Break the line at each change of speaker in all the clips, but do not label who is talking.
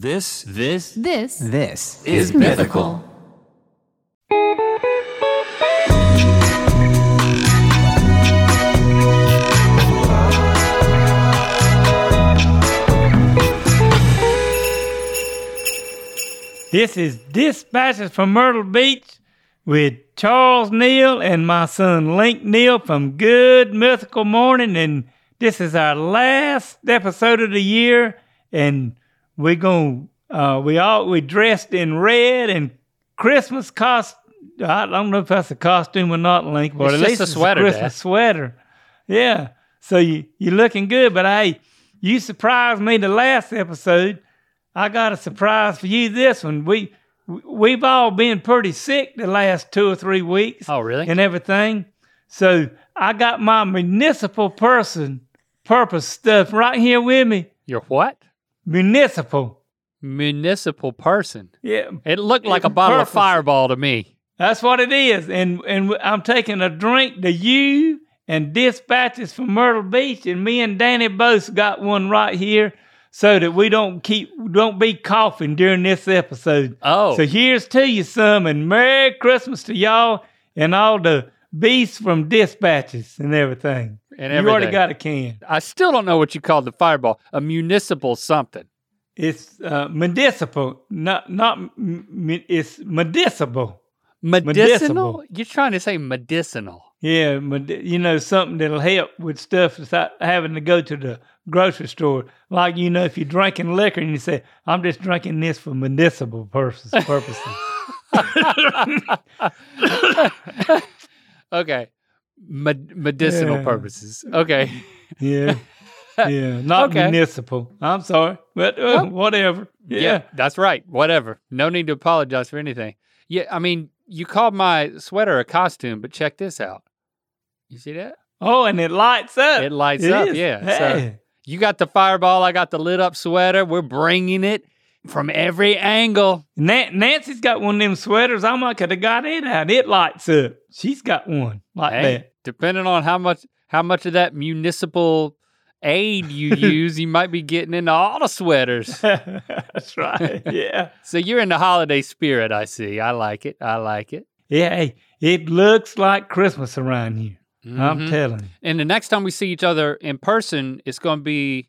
This
This
This
This
is mythical.
This is Dispatches from Myrtle Beach with Charles Neal and my son Link Neal from Good Mythical Morning. And this is our last episode of the year. And we're going, uh, we all, we dressed in red and Christmas costume. I don't know if that's a costume or not, Link, but
It's
at
just
least
a
it's
sweater,
Christmas
Dad.
sweater. Yeah. So you, you're looking good, but hey, you surprised me the last episode. I got a surprise for you this one. We we've all been pretty sick the last two or three weeks
Oh, really?
and everything. So I got my municipal person purpose stuff right here with me.
Your what?
Municipal.
Municipal person.
Yeah,
It looked like a bottle
Purpose.
of Fireball to me.
that's what it is. And and I'm taking a drink to you and dispatches from Myrtle Beach. And me and Danny both got one right here so that we don't keep don't be coughing during this episode.
Oh,
So here's to you some, and Merry Christmas to y'all and all the beasts from dispatches and everything.
and
You already
everything.
got a can.
I still don't know what you called the Fireball. A municipal something.
It's uh, municipal, not not. m- m- It's medicinal.
Medicinal?
Medicinal.
You're trying to say medicinal.
Yeah, medi- you know something that'll help with stuff without having to go to the grocery store. Like you know, if you're drinking liquor and you say, "I'm just drinking this for medicinal purposes." purposes.
okay. Med- medicinal
Yeah.
purposes. Okay.
yeah, yeah, not
Okay.
municipal. I'm sorry, but uh, whatever. yeah.
That's right. Whatever. No need to apologize for anything. Yeah. I mean, you called my sweater a costume, but check this out. You see that?
Oh, and it lights up.
It lights up.
is.
Yeah. So
Hey.
you got the fireball. I got the lit up sweater. We're bringing it from every angle.
Na- Nancy's got one of them sweaters. I might could have got it out. It lights up. She's got one like
Hey,
that.
Depending on how much how much of that municipal aid you use, you might be getting into all the sweaters.
That's right. Yeah.
So you're in the holiday spirit, I see. I like it. I like it.
Yeah. Hey, it looks like Christmas around here. I'm
Mhm.
telling you.
And the next time we see each other in person, it's going to be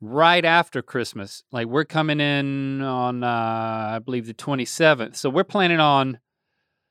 right after Christmas. Like we're coming in on, uh, I believe, the 27th. So we're planning on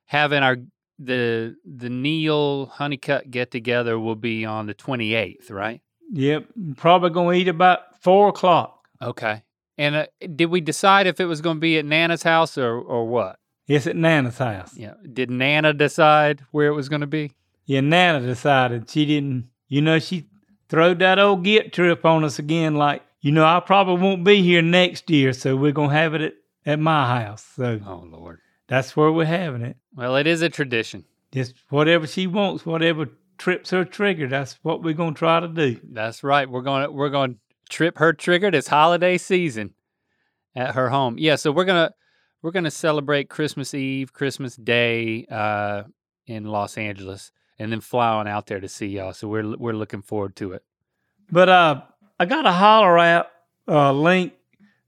having our the the Neil Honeycutt get together will be on the 28th, right?
Yep. Probably going to eat about four o'clock.
Okay. And uh, did we decide if it was going to be at Nana's house or or what?
It's at Nana's house.
Yeah. Did Nana decide where it was going to be?
Yeah. Nana decided she didn't, you know, she throwed that old get trip on us again. Like, you know, I probably won't be here next year. So we're going to have it at, at my house. So
Oh Lord.
that's where we're having it.
Well, it is a tradition.
Just whatever she wants, whatever trips her trigger, that's what we're gonna try to do.
That's right. We're going to we're going to trip her trigger this holiday season at her home. Yeah, so we're going to we're going to celebrate Christmas Eve, Christmas Day uh in Los Angeles and then fly on out there to see y'all. So we're we're looking forward to it.
But uh, I got a holler out uh, link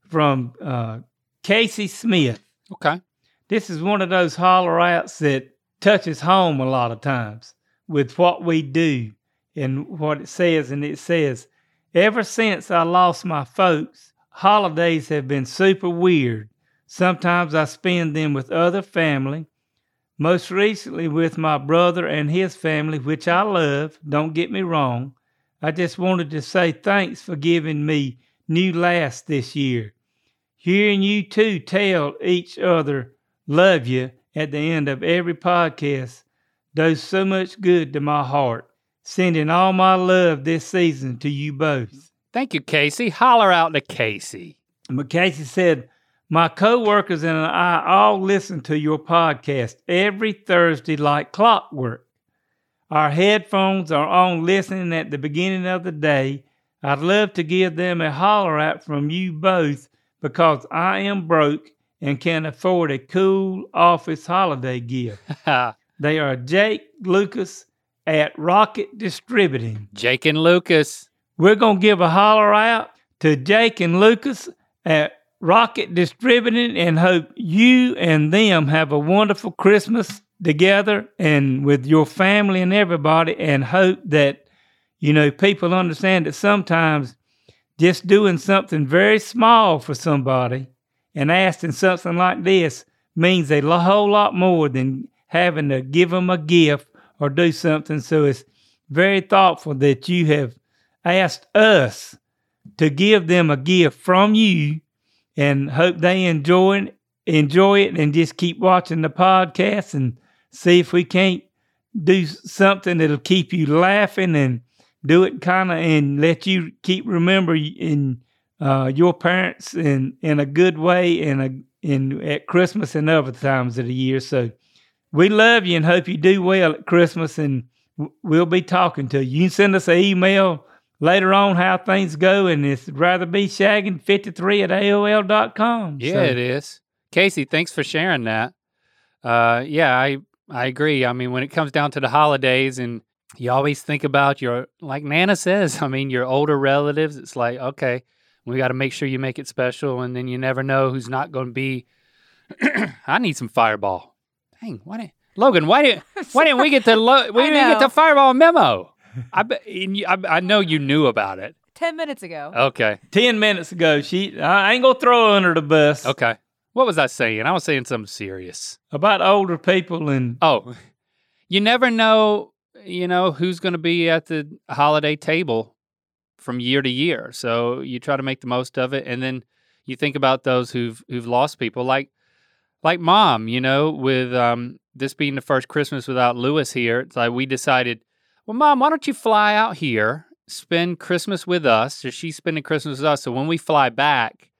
from uh, Casey Smith.
Okay.
This is one of those holler outs that touches home a lot of times with what we do and what it says. And it says, Ever since I lost my folks, holidays have been super weird. Sometimes I spend them with other family, most recently with my brother and his family, which I love, don't get me wrong. I just wanted to say thanks for giving me new last this year. Hearing you two tell each other love you at the end of every podcast does so much good to my heart. Sending all my love this season to you both.
Thank you, Casey. Holler out to Casey.
But Casey said, My coworkers and I all listen to your podcast every Thursday like clockwork. Our headphones are on listening at the beginning of the day. I'd love to give them a holler out from you both because I am broke and can afford a cool office holiday gift. They are Jake Lucas at Rocket Distributing.
Jake and Lucas.
We're going to give a holler out to Jake and Lucas at Rocket Distributing and hope you and them have a wonderful Christmas together and with your family and everybody and hope that you know people understand that sometimes just doing something very small for somebody and asking something like this means a lo- whole lot more than having to give them a gift or do something so it's very thoughtful that you have asked us to give them a gift from you and hope they enjoy it, enjoy it and just keep watching the podcast and see if we can't do something that'll keep you laughing and do it kind of and let you keep remember y- in uh, your parents in in a good way and a, in at Christmas and other times of the year. So we love you and hope you do well at Christmas and w- we'll be talking to you. You can send us an email later on how things go and it's rather be shagging 53 at AOL.com.
Yeah,
So-
it is. Casey, thanks for sharing that. Uh, yeah, I I agree. I mean, when it comes down to the holidays, and you always think about your like Nana says. I mean, your older relatives. It's like okay, we got to make sure you make it special, and then you never know who's not going to be. I need some Fireball. Dang, why didn't Logan? Why didn't Why didn't we get the lo- we
I
didn't get
know.
the Fireball memo? I, bet and you, I I know you knew about it.
10 minutes ago.
Okay.
10 minutes ago, she, I ain't gonna throw her under the bus
Okay. What was I saying? I was saying something serious.
about older people and
Oh, you never know, you know, who's going to be at the holiday table from year to year. So you try to make the most of it and then you think about those who've who've lost people like like mom, you know, with um this being the first Christmas without Lewis here, it's like we decided, well mom, why don't you fly out here, spend Christmas with us? So she's spending Christmas with us. So when we fly back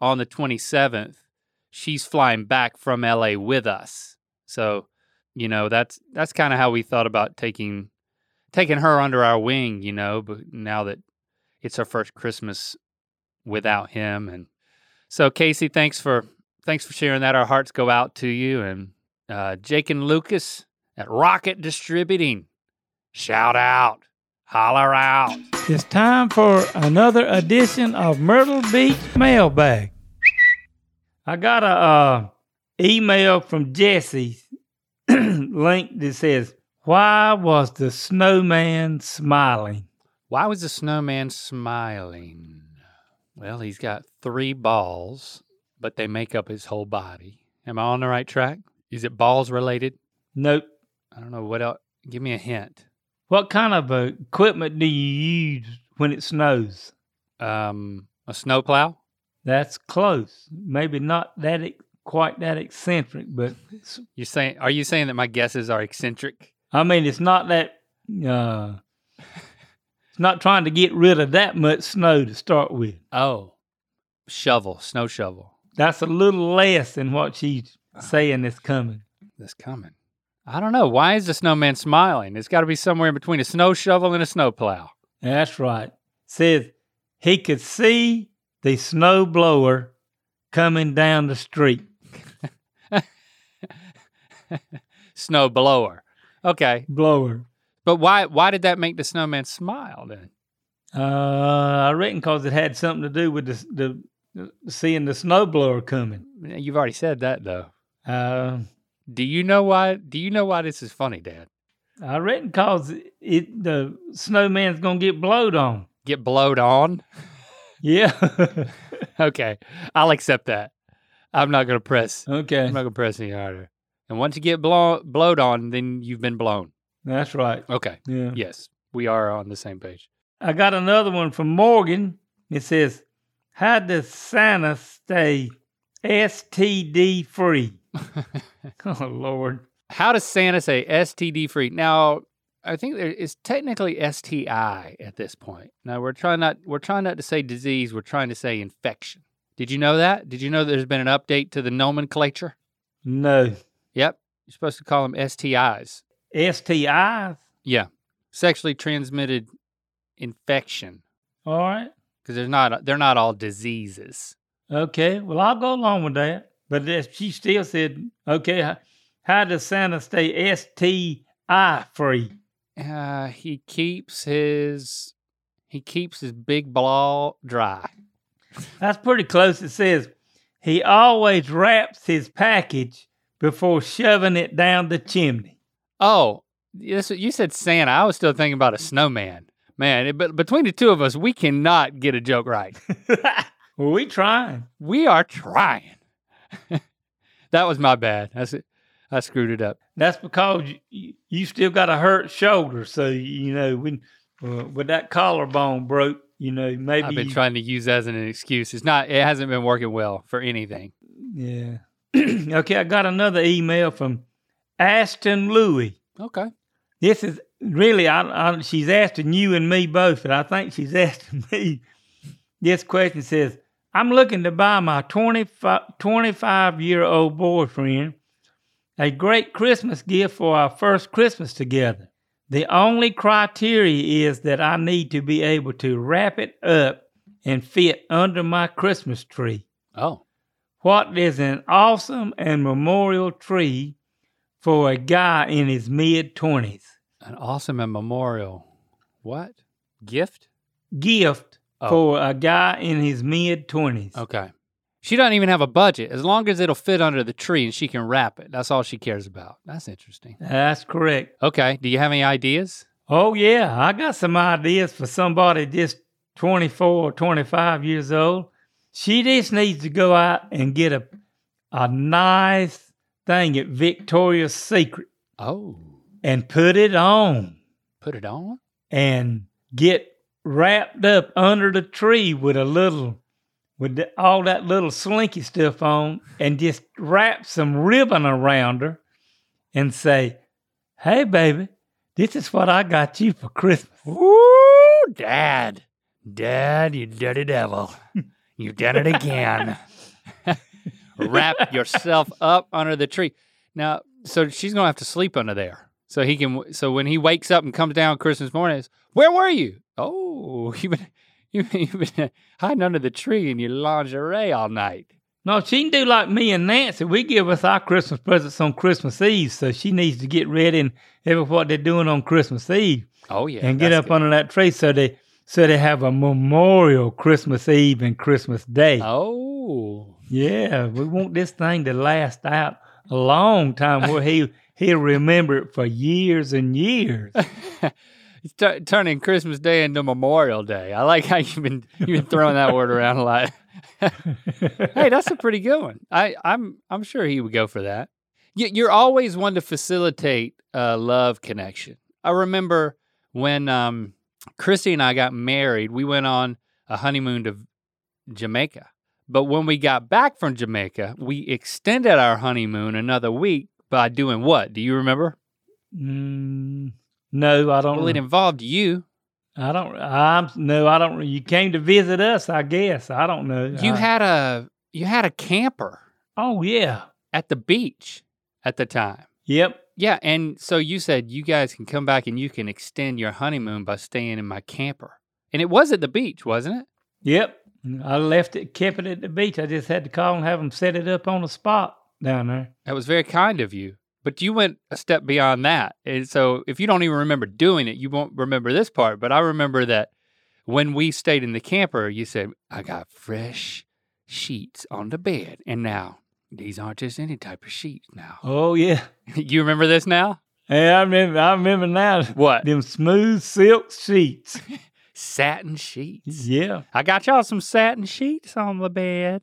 on the 27th, she's flying back from LA with us. So, you know, that's that's kind of how we thought about taking taking her under our wing, you know, but now that it's her first Christmas without him and so Casey, thanks for thanks for sharing that. Our hearts go out to you and uh, Jake and Lucas at Rocket Distributing. Shout out. Holler out.
It's time for another edition of Myrtle Beach Mailbag. I got a uh, email from Jesse link that says, "Why was the snowman smiling?"
Why was the snowman smiling? Well, he's got three balls, but they make up his whole body. Am I on the right track? Is it balls related?
Nope.
I don't know what else. Give me a hint.
What kind of uh, equipment do you use when it snows?
Um, a snowplow?
That's close. Maybe not that e- quite that eccentric, but s-
You're saying? Are you saying that my guesses are eccentric?
I mean, it's not that. Uh, it's not trying to get rid of that much snow to start with.
Oh, shovel, snow shovel.
That's a little less than what she's saying is coming.
That's coming. I don't know. Why is the snowman smiling? It's got to be somewhere in between a snow shovel and a snowplow.
That's right. Says he could see the snow blower coming down the street.
Snow blower. Okay,
Blower.
but why? Why did that make the snowman smile then?
Uh, I reckon because it had something to do with the, the seeing the snow blower coming.
You've already said that though.
Uh,
Do you know why? Do you know why this is funny, Dad?
I reckon because it the snowman's gonna get blowed on.
Get blowed on.
Yeah.
Okay, I'll accept that. I'm not gonna press.
okay.
I'm not gonna press any harder. And once you get blow, blowed on, then you've been blown.
That's right.
Okay.
Yeah.
Yes, we are on the same page.
I got another one from Morgan. It says, How does Santa stay STD free? oh, Lord.
How does Santa say STD free? Now, I think there is technically STI at this point. Now we're trying not we're trying not to say disease. We're trying to say infection. Did you know that? Did you know there's been an update to the nomenclature?
No.
Yep, you're supposed to call them STIs.
STIs?
Yeah, sexually transmitted infection
All right.
because there's not uh, they're not all diseases.
Okay. Well, I'll go along with that. But if she still said, Okay, h- how does Santa stay STI free?
Uh, he keeps his he keeps his big ball dry.
That's pretty close. It says he always wraps his package before shoving it down the chimney.
Oh, yes, you said Santa. I was still thinking about a snowman. Man, it, but between the two of us, we cannot get a joke right.
well, we trying.
We are trying. that was my bad. That's it. I screwed it up.
That's because you, you still got a hurt shoulder. So you know when uh, when that collarbone broke, you know maybe
I've been
you-
trying to use that as an excuse. It's not. It hasn't been working well for anything.
Yeah. okay, I got another email from Ashton Louie.
Okay.
This is really, I, I, she's asking you and me both, and I think she's asking me. This question says, I'm looking to buy my 25 year old boyfriend a great Christmas gift for our first Christmas together. The only criteria is that I need to be able to wrap it up and fit under my Christmas tree.
Oh.
What is an awesome and memorial tree for a guy in his mid 20s?
An awesome and memorial. What? Gift?
Gift
Oh.
for a guy in his mid 20s.
Okay. She doesn't even have a budget. As long as it'll fit under the tree and she can wrap it, that's all she cares about. That's interesting.
That's correct.
Okay. Do you have any ideas?
Oh, yeah. I got some ideas for somebody just 24 or 25 years old. She just needs to go out and get a, a nice thing at Victoria's Secret
Oh,
and put it on.
put it on.
and get wrapped up under the tree with a little with the, all that little slinky stuff on and just wrap some ribbon around her and say hey baby this is what i got you for christmas
Ooh, Dad. Dad, you dirty devil. You've done it again. wrap yourself up under the tree. Now, so she's going to have to sleep under there. So he can, so when he wakes up and comes down Christmas morning, it's, where were you? Oh, you've been, you've been, you've been hiding under the tree in your lingerie all night.
no she can do like me and nancy we give us our christmas presents on christmas eve so she needs to get ready and every what they're doing on christmas eve
Oh, yeah.
and get
that's
up under that tree so they so they have a memorial christmas eve and christmas day
good. Oh,
Yeah, we want this thing to last out a long time where he he'll remember it for years and years.
it's tu- turning Christmas Day into Memorial Day. I like how you've been you've been throwing that word around a lot. hey, that's a pretty good one. I, I'm I'm sure he would go for that. You, you're always one to facilitate a love connection. I remember when um, Christy and I got married, we went on a honeymoon to Jamaica. But when we got back from Jamaica, we extended our honeymoon another week by doing what? Do you remember?
mm, no, I don't.
Well, it
know.
involved you.
I don't. I'm no. I don't. You came to visit us, I guess. I don't know.
You
I-
had a you had a camper
Oh yeah.
at the beach at the time.
Yep.
Yeah, and so you said you guys can come back and you can extend your honeymoon by staying in my camper. And it was at the beach, wasn't it?
Yep. I left it, kept it at the beach. I just had to call and have them set it up on the spot down there.
That was very kind of you. But you went a step beyond that. And so if you don't even remember doing it, you won't remember this part. But I remember that when we stayed in the camper, you said, I got fresh sheets on the bed. And now these aren't just any type of sheets now.
Oh yeah.
you remember this now?
Yeah, I remember. I remember now.
What?
Them smooth silk sheets.
Satin sheets.
Yeah.
I got y'all some satin sheets on the bed.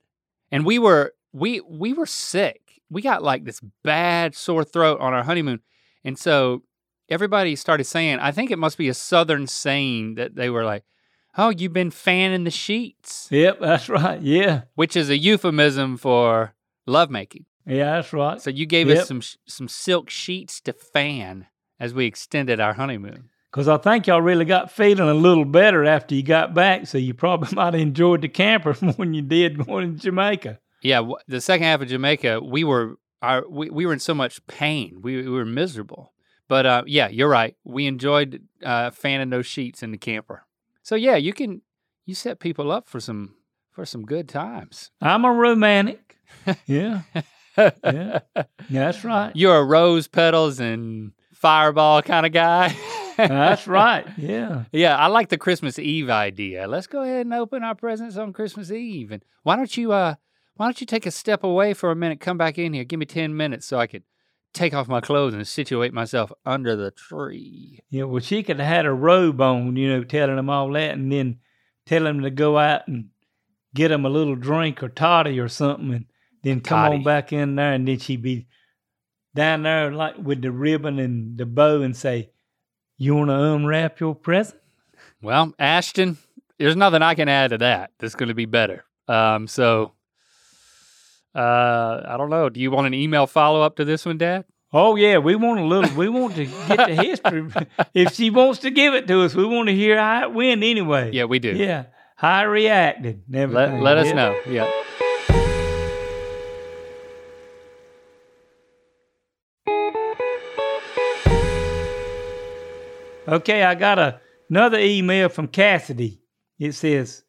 And we were we we were sick. We got like this bad sore throat on our honeymoon. And so everybody started saying, I think it must be a southern saying that they were like, "Oh, you've been fanning the sheets,"
Yep. That's right. Yeah.
which is a euphemism for lovemaking.
Yeah, that's right.
So you gave
Yep.
us some sh- some silk sheets to fan as we extended our honeymoon.
Because I think y'all really got feeling a little better after you got back, so you probably might have enjoyed the camper more than you did going to Jamaica.
Yeah, w- the second half of Jamaica, we were our we, we were in so much pain. We, we were miserable. But uh, yeah, you're right. We enjoyed uh, fanning those sheets in the camper. So yeah, you can you set people up for some for some good times.
I'm a romantic. yeah, yeah, that's right.
You're a rose petals and fireball kind of guy.
That's right. Yeah.
Yeah, I like the Christmas Eve idea. Let's go ahead and open our presents on Christmas Eve. And why don't you uh why don't you take a step away for a minute, come back in here, give me 10 minutes so I could take off my clothes and situate myself under the tree.
Yeah. Well, she could have had a robe on, you know, telling them all that, and then telling them to go out and get them a little drink or toddy or something, and then come
Toddy.
on back in there, and then she'd be down there like with the ribbon and the bow, and say, "You want to unwrap your present?"
Well, Ashton, there's nothing I can add to that that's going to be better. Um so uh I don't know. Do you want an email follow-up to this one, Dad?
Oh yeah, we want a little. We want to get the history. if she wants to give it to us, we want to hear how it went anyway.
Yeah, we do.
Yeah, how I reacted. and
Let,
everything.
let us
Yeah.
know. Yeah.
Okay, I got a, another email from Cassidy. It says,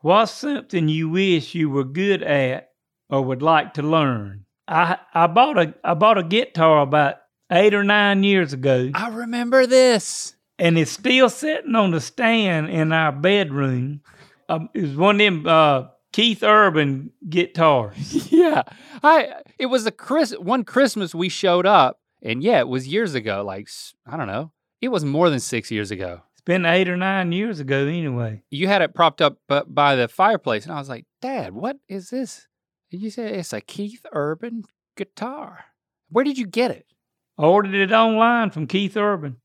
"What's something you wish you were good at or would like to learn?" I I bought a I bought a guitar about eight or nine years ago,
I remember this.
and it's still sitting on the stand in our bedroom. Um, it was one of them uh, Keith Urban guitars.
yeah. I it was a Chris one Christmas we showed up and yeah, it was years ago, like s- I don't know. It was more than 6 years ago.
It's been eight or nine years ago, anyway.
You had it propped up bu- by the fireplace and I was like, "Dad, what is this?" And you said it's a Keith Urban guitar. Where did you get it?
I ordered it online from Keith Urban.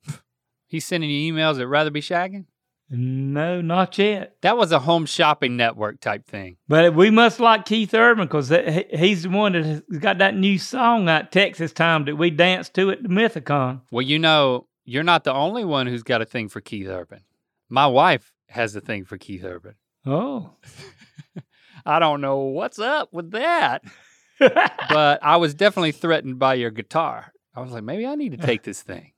He's sending you emails at Rather Be Shagging?
No, not yet.
That was a home shopping network type thing.
But we must like Keith Urban because he's the one that has got that new song out Texas Time that we danced to at the Mythicon.
Well, you know, you're not the only one who's got a thing for Keith Urban. My wife has a thing for Keith Urban.
Oh,
I don't know what's up with that. but I was definitely threatened by your guitar. I was like, maybe I need to take this thing.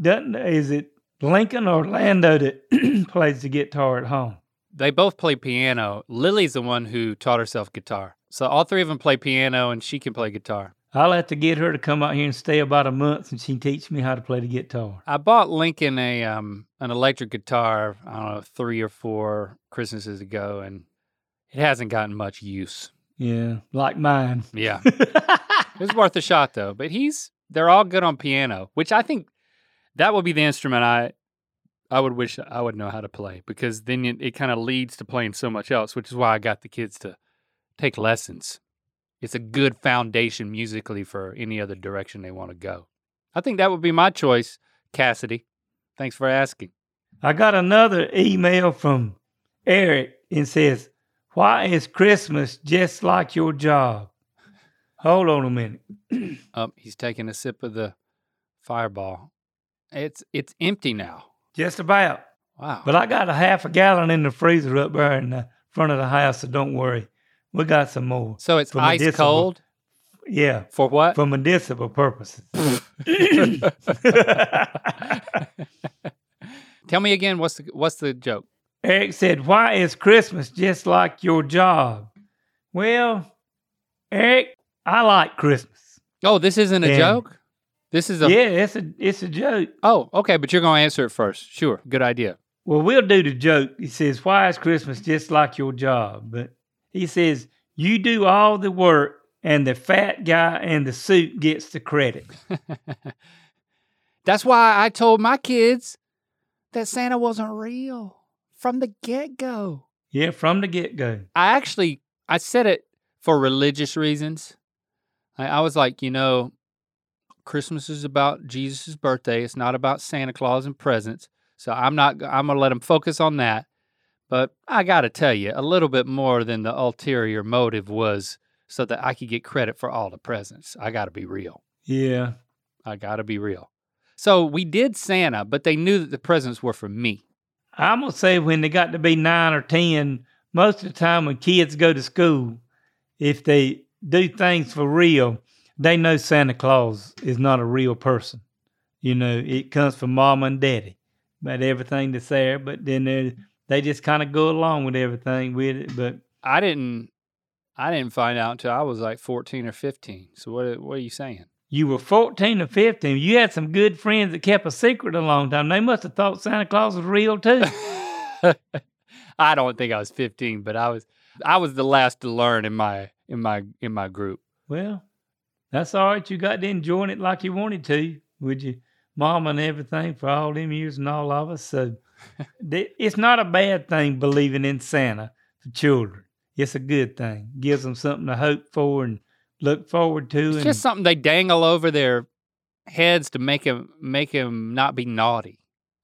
doesn't is it Lincoln or Orlando that plays the guitar at home?
They both play piano. Lily's the one who taught herself guitar. So all three of them play piano and she can play guitar.
I'll have to get her to come out here and stay about a month, and she can teach me how to play the guitar.
I bought Lincoln a um an electric guitar, I don't know, 3 or 4 Christmases ago and it hasn't gotten much use.
Yeah, like mine.
Yeah. It was worth a shot though. But he's they're all good on piano, which I think that would be the instrument I I would wish I would know how to play because then it, it kind of leads to playing so much else, which is why I got the kids to take lessons. It's a good foundation musically for any other direction they want to go. I think that would be my choice, Cassidy. Thanks for asking.
I got another email from Eric and says, Why is Christmas just like your job? Hold on a minute.
Um, he's taking a sip of the fireball. It's it's empty now.
Just about.
Wow.
But I got a half a gallon in the freezer up there in the front of the house, so don't worry. We got some more.
so it's
for
ice
medicinal-
cold
Yeah,
for what?
for medicinal purposes.
Tell me again, what's the what's the joke?
Eric said, Why is Christmas just like your job? Well, Eric, I like Christmas.
Oh, this isn't a
Yeah.
joke. This is a
yeah, it's a it's a joke.
oh, okay, but you're gonna answer it first. Sure, good idea.
Well, we'll do the joke. He says, Why is Christmas just like your job? But he says, You do all the work and the fat guy in the suit gets the credit.
That's why I told my kids that Santa wasn't real from the get go.
Yeah, from the get go.
I actually I said it for religious reasons. I, I was like, you know, Christmas is about Jesus' birthday. It's not about Santa Claus and presents. So I'm not. g- I'm gonna let him focus on that. But I gotta tell you, a little bit more than the ulterior motive was so that I could get credit for all the presents. I gotta be real.
Yeah.
I gotta be real. So we did Santa, but they knew that the presents were for me.
I'm going to say when they got to be nine or 10, most of the time when kids go to school, if they do things for real, they know Santa Claus is not a real person. You know, it comes from mama and daddy, but everything that's there. But then they they just kind of go along with everything with it. But
I didn't. I didn't find out until I was like 14 or 15. So what? What are you saying?
you were 14 or 15. You had some good friends that kept a secret a long time. They must have thought Santa Claus was real too.
I don't think I was 15, but I was I was the last to learn in my in my in my group.
well, that's all right. You got to enjoying it like you wanted to with your mom and everything for all them years and all of us. So th- it's not a bad thing believing in Santa for children. It's a good thing. Gives them something to hope for and look forward to.
It's
and
just something they dangle over their heads to make him make him not be naughty.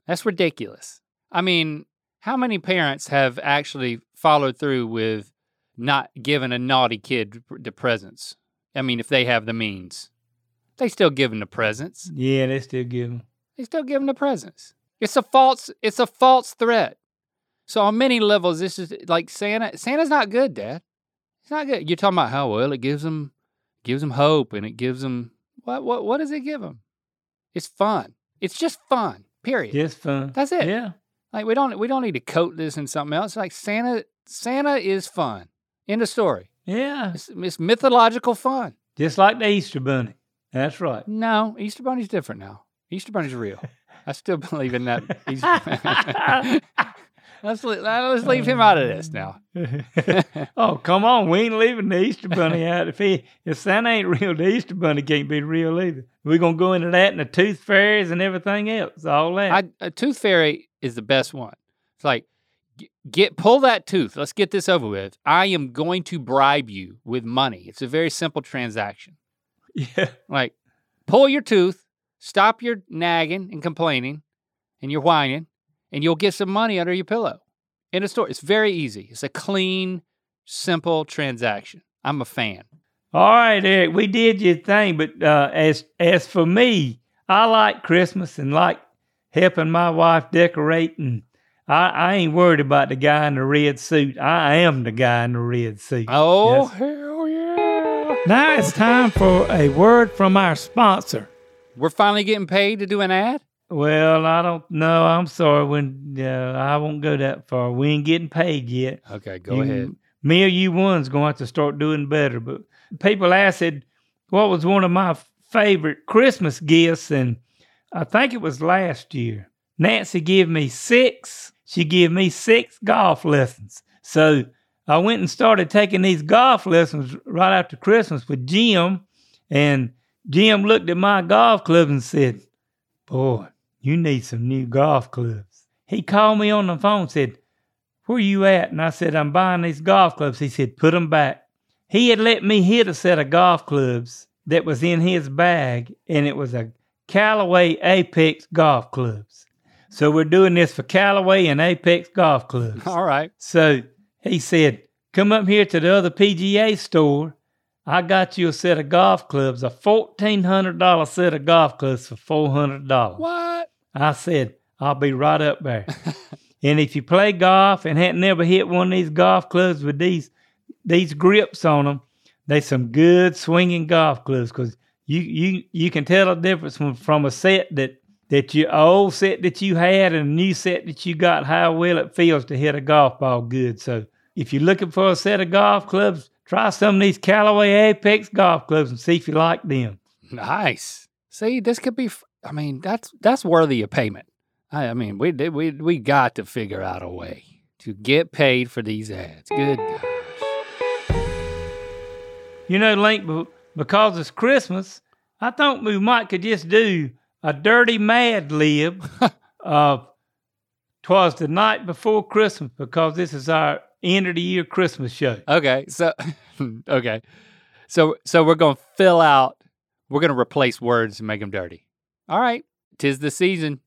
That's ridiculous. I mean, how many parents have actually followed through with not giving a naughty kid the presents? I mean, if they have the means, they still give him the presents.
yeah, they still give them.
They still give him the presents. It's a false. It's a false threat. So on many levels, this is like Santa. Santa's not good, Dad. It's not good. You're talking about how well it gives them, gives them hope, and it gives them what? What? What does it give them? It's fun. It's just fun. Period.
Just fun.
That's it.
Yeah.
Like we don't we don't need to coat this in something else. Like Santa. Santa is fun. End of story.
Yeah.
It's, it's mythological fun.
Just like the Easter Bunny. That's right.
No, Easter Bunny's different now. Easter Bunny's real. I still believe in that. Easter- let's, le- let's leave him out of this now.
oh, come on. We ain't leaving the Easter Bunny out. If he, if Santa ain't real, the Easter Bunny can't be real either. We're going to go into that and the tooth fairies and everything else. All that.
I, a tooth fairy is the best one. It's like, g- get pull that tooth. Let's get this over with. I am going to bribe you with money. It's a very simple transaction.
yeah.
Like, pull your tooth, stop your nagging and complaining, and your whining, and you'll get some money under your pillow. In a store, it's very easy. It's a clean, simple transaction. I'm a fan.
All right, Eric, we did your thing, but uh, as as for me, I like Christmas and like helping my wife decorate, and I, I ain't worried about the guy in the red suit. I am the guy in the red suit.
Oh
Yes.
hell yeah!
Now it's time for a word from our sponsor.
We're finally getting paid to do an ad.
Well, I don't know. I'm sorry. When uh, I won't go that far. We ain't getting paid yet.
Okay, go
You-
ahead.
Me or you one's going to have to start doing better. But people asked, what was one of my favorite Christmas gifts? And I think it was last year. Nancy gave me six. She gave me six golf lessons. So I went and started taking these golf lessons right after Christmas with Jim. And Jim looked at my golf clubs and said, Boy, you need some new golf clubs. He called me on the phone and said, Where you at? And I said, I'm buying these golf clubs. He said, Put them back. He had let me hit a set of golf clubs that was in his bag, and it was a Callaway Apex golf clubs. So we're doing this for Callaway and Apex golf clubs.
All right.
So he said, Come up here to the other PGA store. I got you a set of golf clubs, a $1,400 set of golf clubs for $400.
What?
I said, I'll be right up there. and if you play golf and had never hit one of these golf clubs with these these grips on them, they some good swinging golf clubs because you you you can tell a difference from, from a set that that your old set that you had and a new set that you got how well it feels to hit a golf ball good. So if you're looking for a set of golf clubs, try some of these Callaway Apex golf clubs and see if you like them.
Nice. See, this could be. f- I mean, that's that's worthy of payment. I, I mean, we did- we we got to figure out a way to get paid for these ads. Good. God.
You know, Link, be- because it's Christmas, I think we might could just do a dirty mad lib of "Twas the Night Before Christmas" because this is our end of the year Christmas show.
Okay. So, okay. So so we're gonna fill out. We're gonna replace words and make them dirty. All right. Tis the season.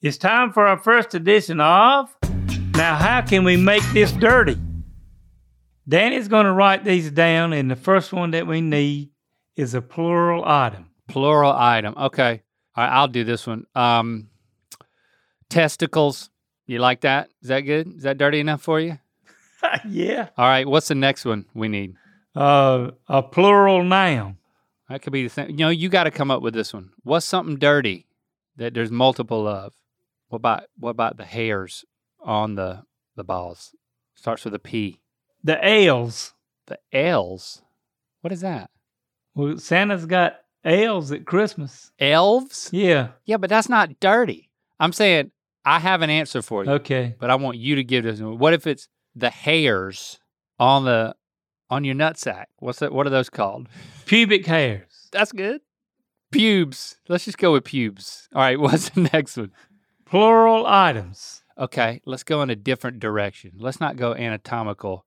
It's time for our first edition of Now How Can We Make This Dirty? Danny's going to write these down, and the first one that we need is a plural item.
Plural item. Okay. All right, I'll do this one. Um testicles. You like that? Is that good? Is that dirty enough for you?
yeah,
All right, what's the next one we need?
uh, a plural noun.
That could be the thing. You know, you got to come up with this one. What's something dirty that there's multiple of? What about what about the hairs on the the balls? Starts with a P.
The L's.
The L's. What is that?
Well, Santa's got elves at Christmas.
Elves?
Yeah.
Yeah, but that's not dirty. I'm saying I have an answer for you,
Okay.
but I want you to give this. one. What if it's the hairs on the on your nutsack? What's that? What are those called?
Pubic hairs.
That's good. Pubes. Let's just go with pubes. All right. What's the next one?
Plural items.
Okay, let's go in a different direction. Let's not go anatomical.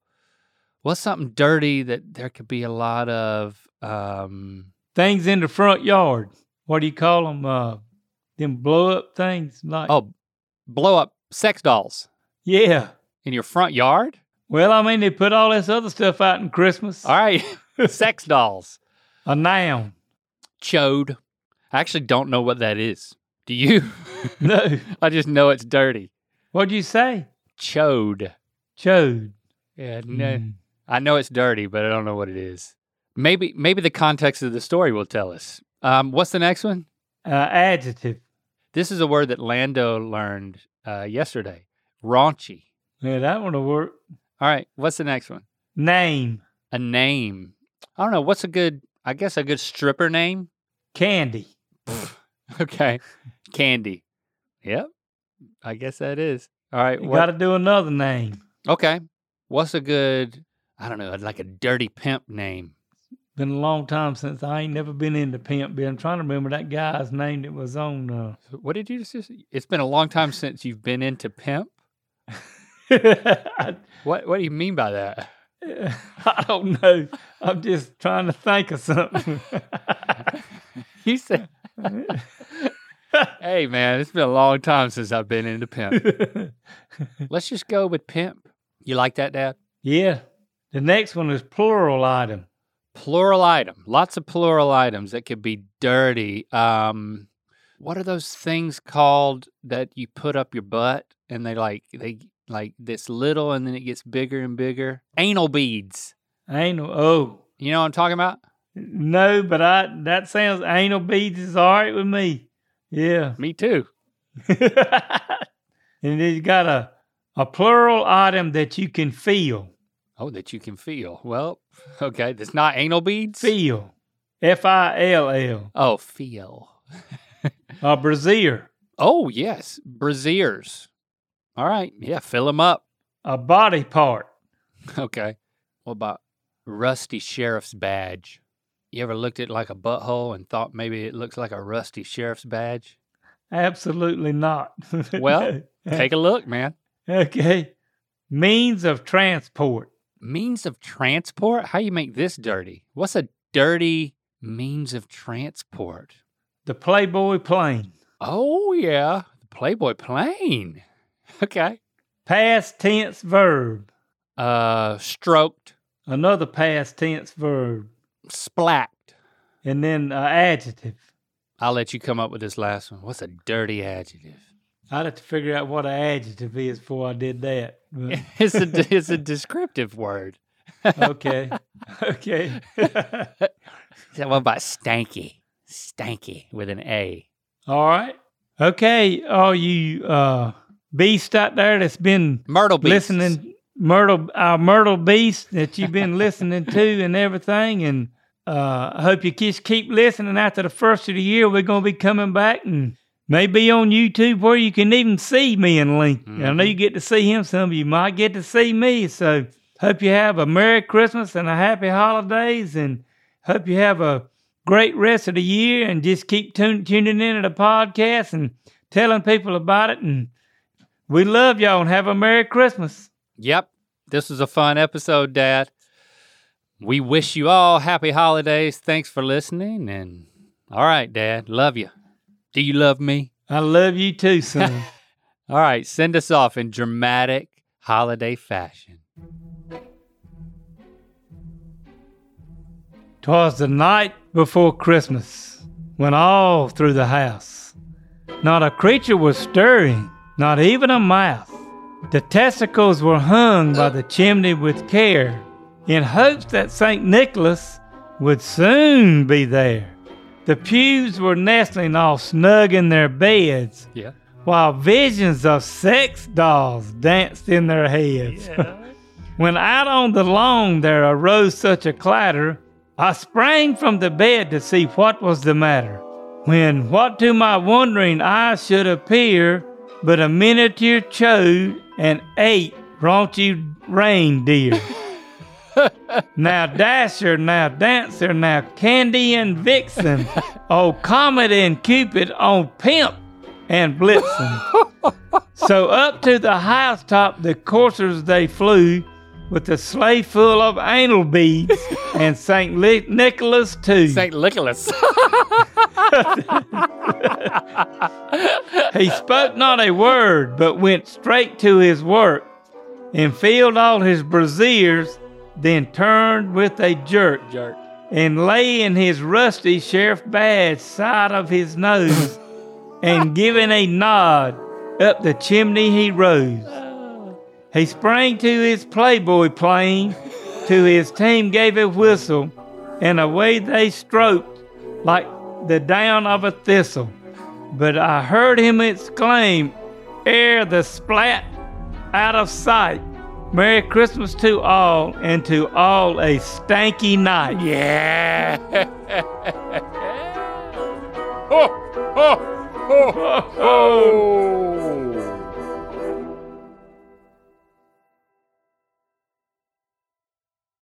What's something dirty that there could be a lot of? Um,
Things in the front yard. What do you call them? Uh, them blow up things like.
oh, blow up sex dolls
Yeah.
in your front yard.
Well, I mean, they put all this other stuff out in Christmas.
All right, sex dolls.
A noun.
Chode. I actually don't know what that is. Do you?
No.
I just know it's dirty.
What'd you say?
Chode.
Chode.
Yeah, no.
Mm.
I know it's dirty, but I don't know what it is. Maybe, maybe the context of the story will tell us. Um, what's the next one?
Uh, adjective.
This is a word that Lando learned uh, yesterday. Raunchy.
Yeah, that one'll work.
All right, what's the next one?
Name.
A name. I don't know. What's a good? I guess a good stripper name.
Candy.
Okay, Candy. Yep, I guess that is. All right.
You
what-
got to do another name.
okay. What's a good? I don't know. Like a dirty pimp name.
Been a long time since I ain't never been into Pimp B. I'm trying to remember that guy's name that was on. Uh...
What did you just? It's been a long time since you've been into pimp.
uh, I,
What What do you mean by that?
I don't know. I'm just trying to think of something.
You said, "Hey, man, it's been a long time since I've been into pimp." Let's just go with pimp. You like that, Dad?
yeah. The next one is plural item.
Plural item. Lots of plural items that could be dirty. Um, what are those things called that you put up your butt and they like they like this little and then it gets bigger and bigger? Anal beads.
Anal. Oh.
You know what I'm talking about?
No, but I that sounds anal beads is all right with me. Yeah.
Me too.
and then you got a a plural item that you can feel.
Oh, that you can feel. Well, okay. That's not anal beads.
Feel. F I L L.
Oh, feel.
A brassiere.
Oh yes, brasiers. All right. Yeah, fill them up.
A body part.
Okay. What about rusty sheriff's badge? You ever looked at like a butthole and thought maybe it looks like a rusty sheriff's badge?
Absolutely not.
Well, Take a look, man.
okay. Means of transport.
Means of transport? How you make this dirty? What's a dirty means of transport?
The Playboy plane.
Oh yeah, the Playboy plane. Okay.
Past tense verb.
Uh stroked,
Another past tense verb.
splacked.
And then an adjective.
I'll let you come up with this last one. What's a dirty adjective?
I'd have to figure out what an adjective is before I did that. but-
It's a it's a descriptive word.
okay. Okay.
That one by Stanky. Stanky with an A.
All right. Okay. All you uh, beasts out there that's been
Myrtle Beach.
listening, Myrtle, our Myrtle Beast that you've been listening to and everything. And uh, I hope you just keep listening after the first of the year. We're going to be coming back and maybe on YouTube where you can even see me and Link. I know
Mhm.
you get to see him some. You might get to see me. So hope you have a Merry Christmas and a Happy Holidays. And hope you have a great rest of the year and just keep tun- tuning in to the podcast and telling people about it. And we love y'all and have a Merry Christmas.
Yep. This was a fun episode, Dad. We wish you all happy holidays. Thanks for listening. And all right, Dad, love you. Do you love me?
I love you too, son.
All right, send us off in dramatic holiday fashion.
Twas the night before Christmas, when all through the house, not a creature was stirring, not even a mouse. The testicles were hung by the chimney with care, in hopes that St. Nicholas would soon be there. The pews were nestling all snug in their beds,
Yeah.
while visions of sex dolls danced in their heads. When out on the lawn there arose such a clatter, I sprang from the bed to see what was the matter, when what to my wondering eyes should appear but a miniature chode and eight raunchy reindeer. now Dasher, now Dancer, now Candy and Vixen, oh Comet and Cupid, oh Pimp and Blitzen. so up to the housetop the coursers they flew, with a sleigh full of anal beads and Saint Li- Nicholas too.
St. Nicholas.
He spoke not a word, but went straight to his work and filled all his braziers, then turned with a jerk
Jerk.
and lay in his rusty sheriff badge side of his nose and giving a nod up the chimney he rose. He sprang to his playboy plane, to his team gave a whistle, and away they stroked like the down of a thistle. But I heard him exclaim, ere the splat out of sight. Merry Christmas to all, and to all a stanky night.
Yeah. ho, ho, ho, ho.
Oh.